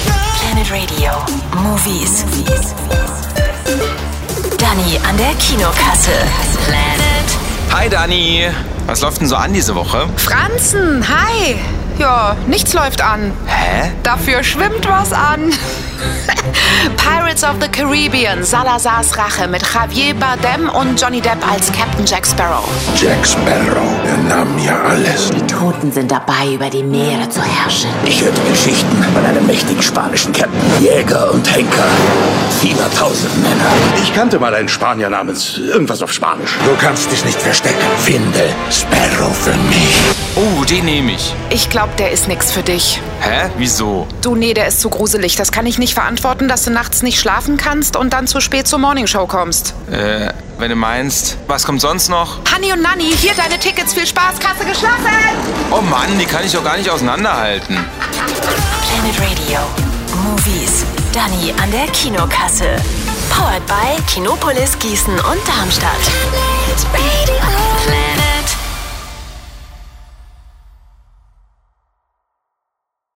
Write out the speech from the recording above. Inside Radio Movies. Dani an der Kinokasse. Planet Hi Dani! Was läuft denn so an diese Woche? Franzen, hi! Ja, nichts läuft an. Hä? Dafür schwimmt was an. Pirates of the Caribbean, Salazars Rache mit Javier Bardem und Johnny Depp als Captain Jack Sparrow. Jack Sparrow, er nahm mir alles. Die Toten sind dabei, über die Meere zu herrschen. Ich hörte Geschichten von einem mächtigen spanischen Captain. Jäger und Henker. Vieler tausend Männer. Ich kannte mal einen Spanier namens irgendwas auf Spanisch. Du kannst dich nicht verstecken. Finde Sparrow für mich. Oh, den nehme ich. Ich glaube, der ist nix für dich. Hä? Wieso? Du, nee, der ist zu gruselig. Das kann ich nicht verantworten, dass du nachts nicht schlafen kannst und dann zu spät zur Morningshow kommst. Äh, wenn du meinst. Was kommt sonst noch? Hanni und Nanni, hier deine Tickets. Viel Spaß, Kasse geschlossen! Oh Mann, die kann ich doch gar nicht auseinanderhalten. Planet Radio Movies. Dani an der Kinokasse. Powered by Kinopolis Gießen und Darmstadt. Planet Radio.